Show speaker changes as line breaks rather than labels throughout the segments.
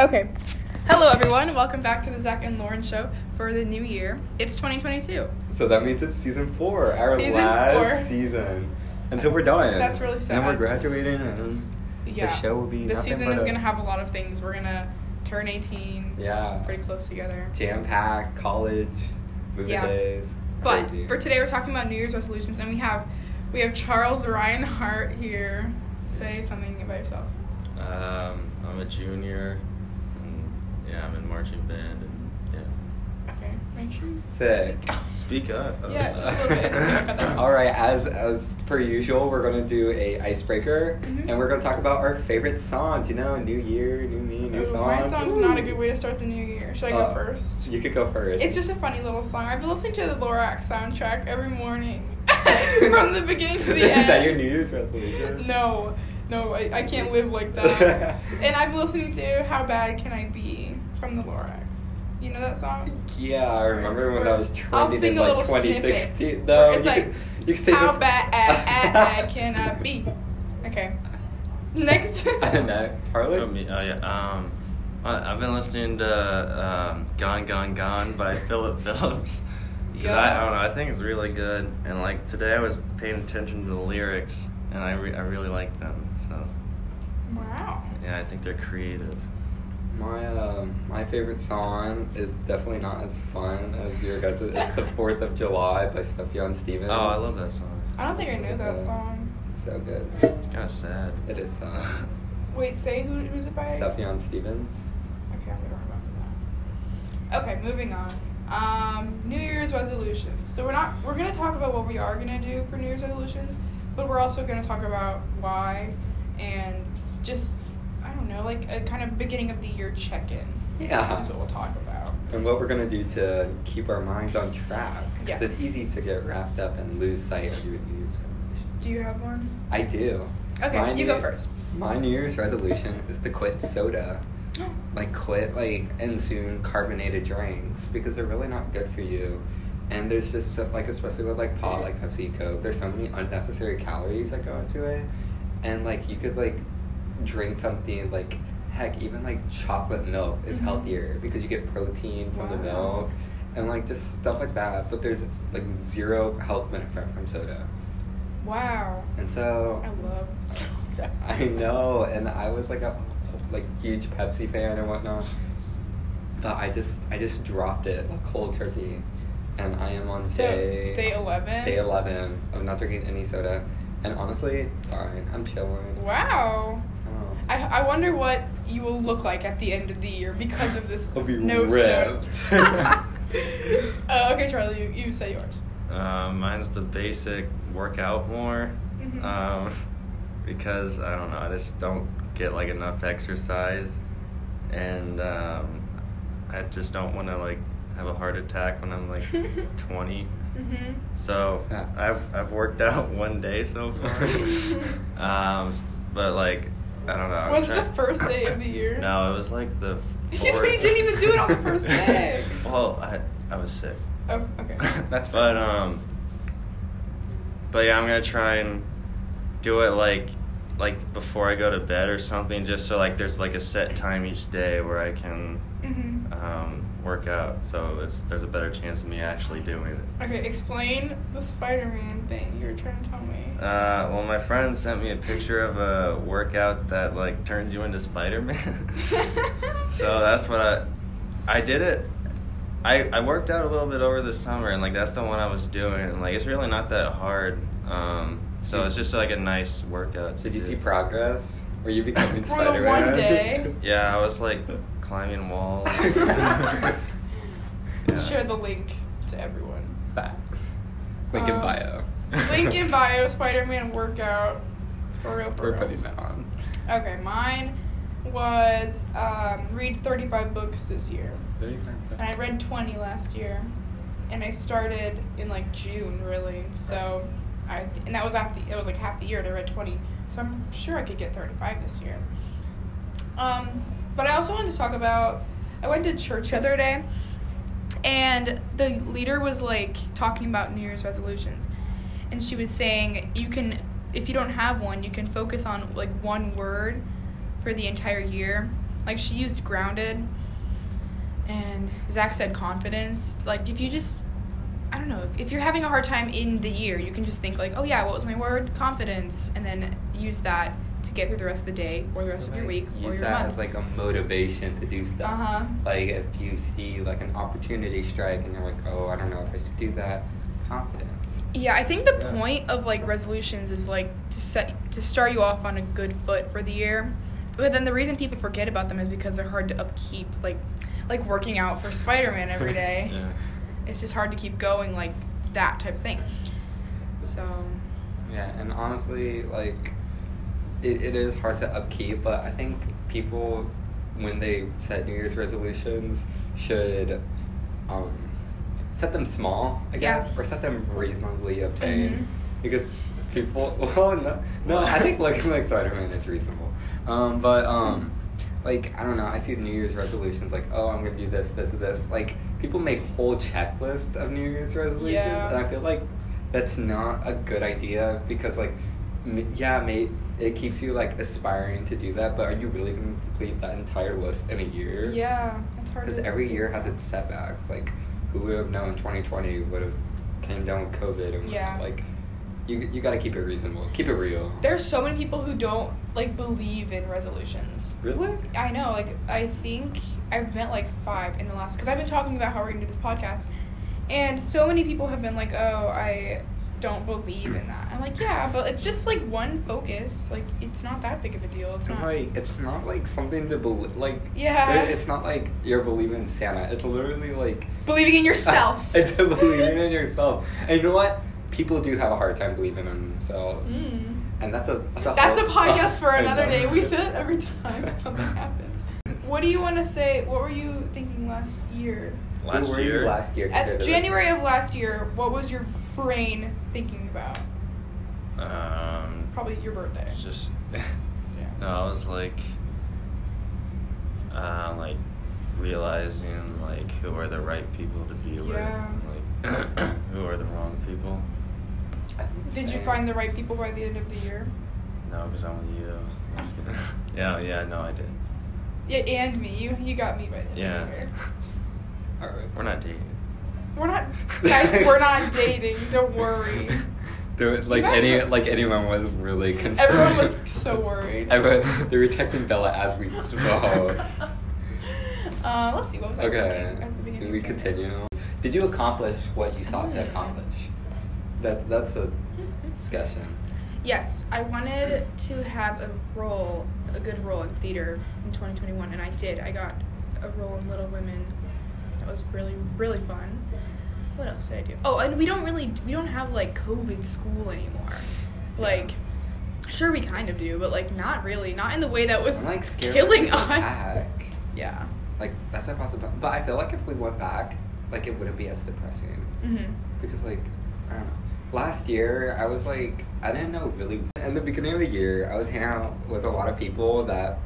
Okay. Hello, everyone. Welcome back to the Zach and Lauren show for the new year. It's 2022.
So that means it's season four, our
Season
last
four.
season. Until
That's-
we're done.
that's really sad.
And we're graduating and
Yeah.
the show will be
This
nothing
season
but
is
a
going to have a lot of things. We're going to turn 18.
Yeah.
Pretty close together.
jam-packed college, movie
Yeah.
days.
But
crazy.
for today, we're talking about New Year's resolutions, and we have we have Charles Ryan Hart here. Say something about yourself.
Um, I'm a junior. And yeah, I'm in marching band. And yeah,
Okay. Make sure. you
Sick.
speak up.
speak up.
Yeah, just a little bit. Speak up.
All right, as as per usual, we're gonna do a icebreaker,
Mhm.
and we're gonna talk about our favorite songs. You know, new year, new me, new
Ooh,
song.
Oh, my song's not a good way to start the new year. Should I go
Uh,
first?
You could go first.
It's just a funny little song. I've been listening to the Lorax soundtrack every morning from the beginning to the end.
Is that your New Year's resolution?
No, no, I, I can't live like that. and I've been listening to How Bad Can I Be from the Lorax. You know that song?
Yeah, I remember when I was trending
I'll sing
in
a
like
little
2016.
snippet
No,
where it's
you
like,
could, you could say
How
the-
bad I, I, I can I be? Okay. Next.
I don't know, Charlie.
Oh, me- oh, yeah. Um, I, I've been listening to um, "Gone, Gone, Gone" by Philip Phillips. Because I, I don't know, I think it's really good. And like today, I was paying attention to the lyrics, and I re- I really like them. So
Wow.
yeah, I think they're creative.
My um, my favorite song is definitely not as fun as your guys'. It's the Fourth of July by Sufjan
Oh,
Stevens.
I love that song.
I don't think I know that song.
So good.
It's kind of sad.
It is sad.
Wait, say who, who's it by?
Sufjan Stevens.
Okay, I'm gonna remember that. Okay, moving on. Um, New Year's resolutions. So we're not we're gonna talk about what we are gonna do for New Year's resolutions, but we're also gonna talk about why and just I don't know, like a kind of beginning of the year check in.
Yeah.
That's what we'll talk about.
And what we're gonna do to keep our minds on track. 'Cause
Yeah.
It's easy to get wrapped up and lose sight of your New Year's resolution.
Do you have one?
I do.
Okay,
My
you
New-
go first.
My New Year's resolution is to quit soda. like quit like and soon carbonated drinks because they're really not good for you and there's just so, like especially with like pot like pepsi coke there's so many unnecessary calories that go into it and like you could like drink something like heck even like chocolate milk is
Mhm.
healthier because you get protein from the
Wow.
milk and like just stuff like that but there's like zero health benefit from soda
Wow.
and so
I love soda.
I know, and I was like a like huge Pepsi fan and whatnot, but I just I just dropped it like cold turkey, and I am on
So
day
day eleven.
day eleven of not drinking any soda, and honestly, fine, I'm chilling.
Wow.
Oh.
I, I wonder what you will look like at the end of the year because of this
I'll be
no
ripped.
soda. uh, okay, Charlie, you, you say yours.
Um, mine's the basic work out more.
Mhm.
Um, because I don't know, I just don't get like enough exercise, and um, I just don't want to like have a heart attack when I'm like 20.
Mm-hmm.
So
Yeah.
I've I've worked out one day so far. um, but like I don't know. I'm
Was it
trying-
the first day of the year?
No, it was like the.
You
fourth.
said you didn't even do it on the first day.
well, I I was sick.
Oh, okay.
That's fine.
But um. But yeah, I'm gonna try and do it like like before I go to bed or something, just so like there's like a set time each day where I can
hmm
um, work out. So it's there's a better chance of me actually doing it.
Okay, explain the Spider-Man thing you were trying to tell me.
Uh, well, my friend sent me a picture of a workout that like turns you into Spider Man. so that's what I I did it. I, I worked out a little bit over the summer and like that's the one I was doing and like it's really not that hard. Um, so it's just like a nice workout. To
Did you
do.
see progress? Were you becoming
On the
Spider Man?
one day.
Yeah, I was like climbing walls. Yeah.
Share the link to everyone.
Facts. Link in
Um,
bio.
Link in bio, Spider-Man workout. For real, for
We're
real.
putting that on.
Okay, mine was um, read 35 books this year. And I read 20 last year. And I started in like June, really. So, I and that was at the, it was like half the year and I read 20. So I'm sure I could get 35 this year. Um, but I also wanted to talk about I went to church the other day and the leader was like talking about New Year's resolutions. And she was saying you can if you don't have one, you can focus on like one word for the entire year. Like she used grounded, and Zach said confidence. Like if you just, I don't know, if, if you're having a hard time in the year, you can just think like, oh yeah, what was my word? Confidence, and then use that to get through the rest of the day or the rest of your
Like,
week or
Use
your
that
month.
as like a motivation to do stuff.
Uh-huh.
Like if you see like an opportunity strike and you're like, oh, I don't know if I should do that. Confidence.
Yeah, I think the
Yeah.
point of like resolutions is like to set to start you off on a good foot for the year. But then the reason people forget about them is because they're hard to upkeep, like like working out for Spider-Man every day.
Yeah.
It's just hard to keep going like that type of thing. So,
Yeah, and honestly, like, it, it is hard to upkeep, but I think people, when they set New Year's resolutions, should um, set them small, I
Yeah.
guess, or set them reasonably obtained.
Mhm.
Because people, well, no, no I think looking like Spider Man is reasonable. Um, but, um, like, I don't know, I see New Year's resolutions like, oh, I'm going to do this, this, and this. Like, people make whole checklists of New Year's resolutions,
Yeah.
and I feel like that's not a good idea because like m- yeah mate it keeps you like aspiring to do that but are you really going to complete that entire list in a year
yeah, it's hard.
because
to-
every year has its setbacks like who would have known 2020 would have came down with covid and
Yeah.
like you, you got to keep it reasonable keep it real
There's so many people who don't like believe in resolutions.
really
I know, like, I think I've met like five in the last, because I've been talking about how we're going to do this podcast. And so many people have been like, oh, I don't believe in that. I'm like, yeah, but it's just like one focus. Like, it's not that big of a deal. It's
And,
not.
like it's not like something to believe like
Yeah.
there- it's not like you're believing in santa it's literally like
Believing in yourself.
it's believing in yourself. And you know what? People do have a hard time believing in themselves.
Mm.
And that's a that's a,
That's a
whole-
podcast for
I
another
know.
day. We said it every time something happens. What do you want to say? What were you thinking last year?
Last
Who were
year,
you last year? compared
At
to this
January
year?
of last year, what was your brain thinking about?
um,
Probably your birthday.
it's just
Yeah.
no. I was like, uh, like realizing like who are the right people to be
Yeah.
with, and, like who are the wrong people.
I think
Did you
same.
find the right people by the end of the year?
No, because I'm with you. I'm just kidding. yeah, yeah, no, I did.
Yeah, and me. You you got me by the end
Yeah,
of the year.
All right.
we're not dating.
We're not guys, we're not dating. Don't worry.
There, was- like
You
any
remember-
like anyone was really concerned.
Everyone was so worried.
Everyone, they were texting Bella as we spoke.
Uh, let's see what was I
okay.
thinking at the beginning.
Did we
of the year?
continue? Did you accomplish what you sought to accomplish? That that's a discussion.
Yes, I wanted to have a role, a good role in theater in 2021, and I did. I got a role in Little Women. That was really, really fun. What else did I do? Oh, and we don't really, we don't have like COVID school anymore. Like, sure, we kind of do, but like not really, not in the way that was
I'm like scared of
killing
going
us.
Back.
Yeah.
Like that's a possibility. But I feel like if we went back, like it wouldn't be as depressing
Mm-hmm.
because like I don't know. Last year I was like I didn't know really. At the beginning of the year, I was hanging out with a lot of people that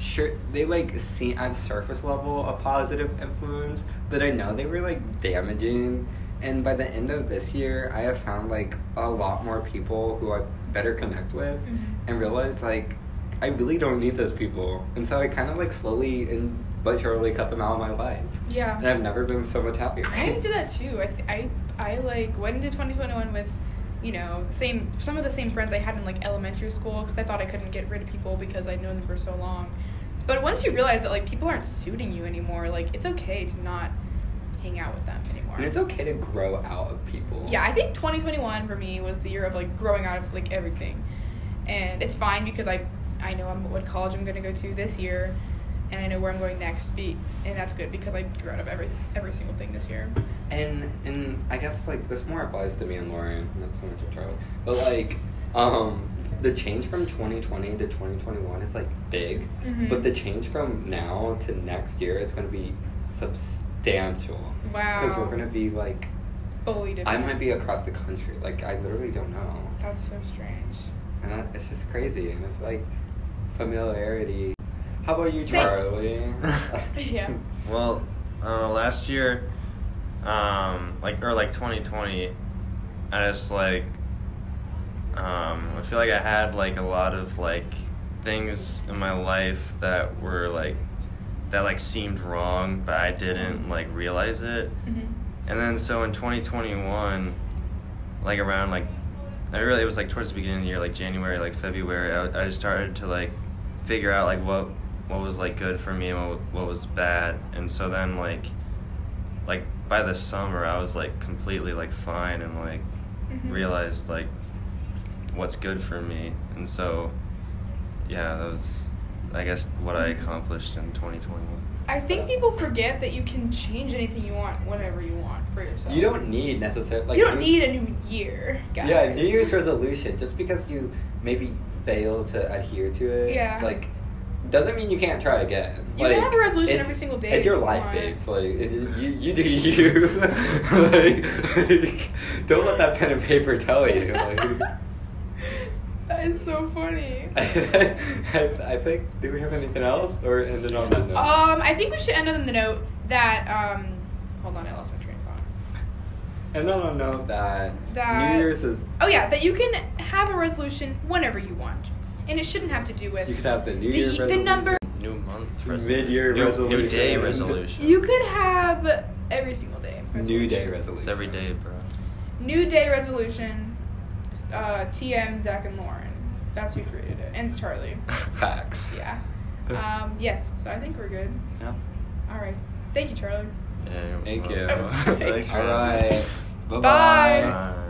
sure they like seem on surface level a positive influence, but I know they were like damaging. And by the end of this year, I have found like a lot more people who I better connect with
Mhm.
and realized like I really don't need those people. And so I kind of like slowly and but surely cut them out of my life.
Yeah.
And I've never been so much happier.
I do that too. I, th- I I like went into 2021 with, you know, the same some of the same friends I had in like elementary school because I thought I couldn't get rid of people because I'd known them for so long. But once you realize that like people aren't suiting you anymore, like it's okay to not hang out with them anymore.
And it's okay to grow out of people.
Yeah, I think 2021 for me was the year of like growing out of like everything, and it's fine because I I know I'm, what college I'm gonna go to this year, and I know where I'm going next. Be and that's good because I grew out of every every single thing this year.
And and I guess like this more applies to me and Lauren, not so much to Charlie. But like, um, the change from 2020 to 2021 is like big,
Mhm.
but the change from now to next year is going to be substantial. Because
Wow.
we're gonna be like,
Bullied.
I might be across the country. Like I literally don't know,
That's so strange.
and that, it's just crazy. And it's like familiarity. How about you,
Say-
Charlie?
Yeah.
Well, uh, last year, um, like or like 2020, I just like, um, I feel like I had like a lot of like things in my life that were like that like seemed wrong, but I didn't like realize it.
Mm-hmm.
And then so in 2021, like around like, I really it was like towards the beginning of the year, like January, like February, I, I just started to like figure out like what what was like good for me and what, what was bad. And so then like, like by the summer, I was like completely like fine and like
Mm-hmm.
Mm-hmm. realized like what's good for me. And so, yeah, that was I guess what I
Mm-hmm.
accomplished in 2021.
I think people forget that you can change anything you want, whenever you want for yourself.
You don't need necessarily. Like,
you don't need a new year, guys.
Yeah, New Year's resolution. Just because you maybe fail to adhere to it,
Yeah.
like, doesn't mean you can't try again.
You can
Like,
have a resolution
it's-
every single day
It's
if
your
you
life,
want.
babes. Like, it, you, you do you. like, like, don't let that pen and paper tell you. Like,
that is so funny.
I, I, I think. Do we have anything else, or end it on that note?
Um, I think we should end on the note that um, hold on, I lost my train of thought.
And then I'll note that,
That
New Year's is
oh yeah, that you can have a resolution whenever you want, and it shouldn't have to do with
you could have the New
the,
Year's
the number.
New month
resolution. Mid-year
new, New day
resolution.
resolution.
You could have every single day.
New Day
resolution.
resolution.
It's every day, bro.
New Day resolution. Uh, TM Zach and Lauren. That's who created it, and Charlie.
Facts.
Yeah.
Uh.
Um, yes. So I think we're good.
Yeah.
All right. Thank you, Charlie.
Yeah, you're
Thank you.
welcome. Uh, Thanks for
All
having me.
right. Bye-bye.
Bye.
Bye.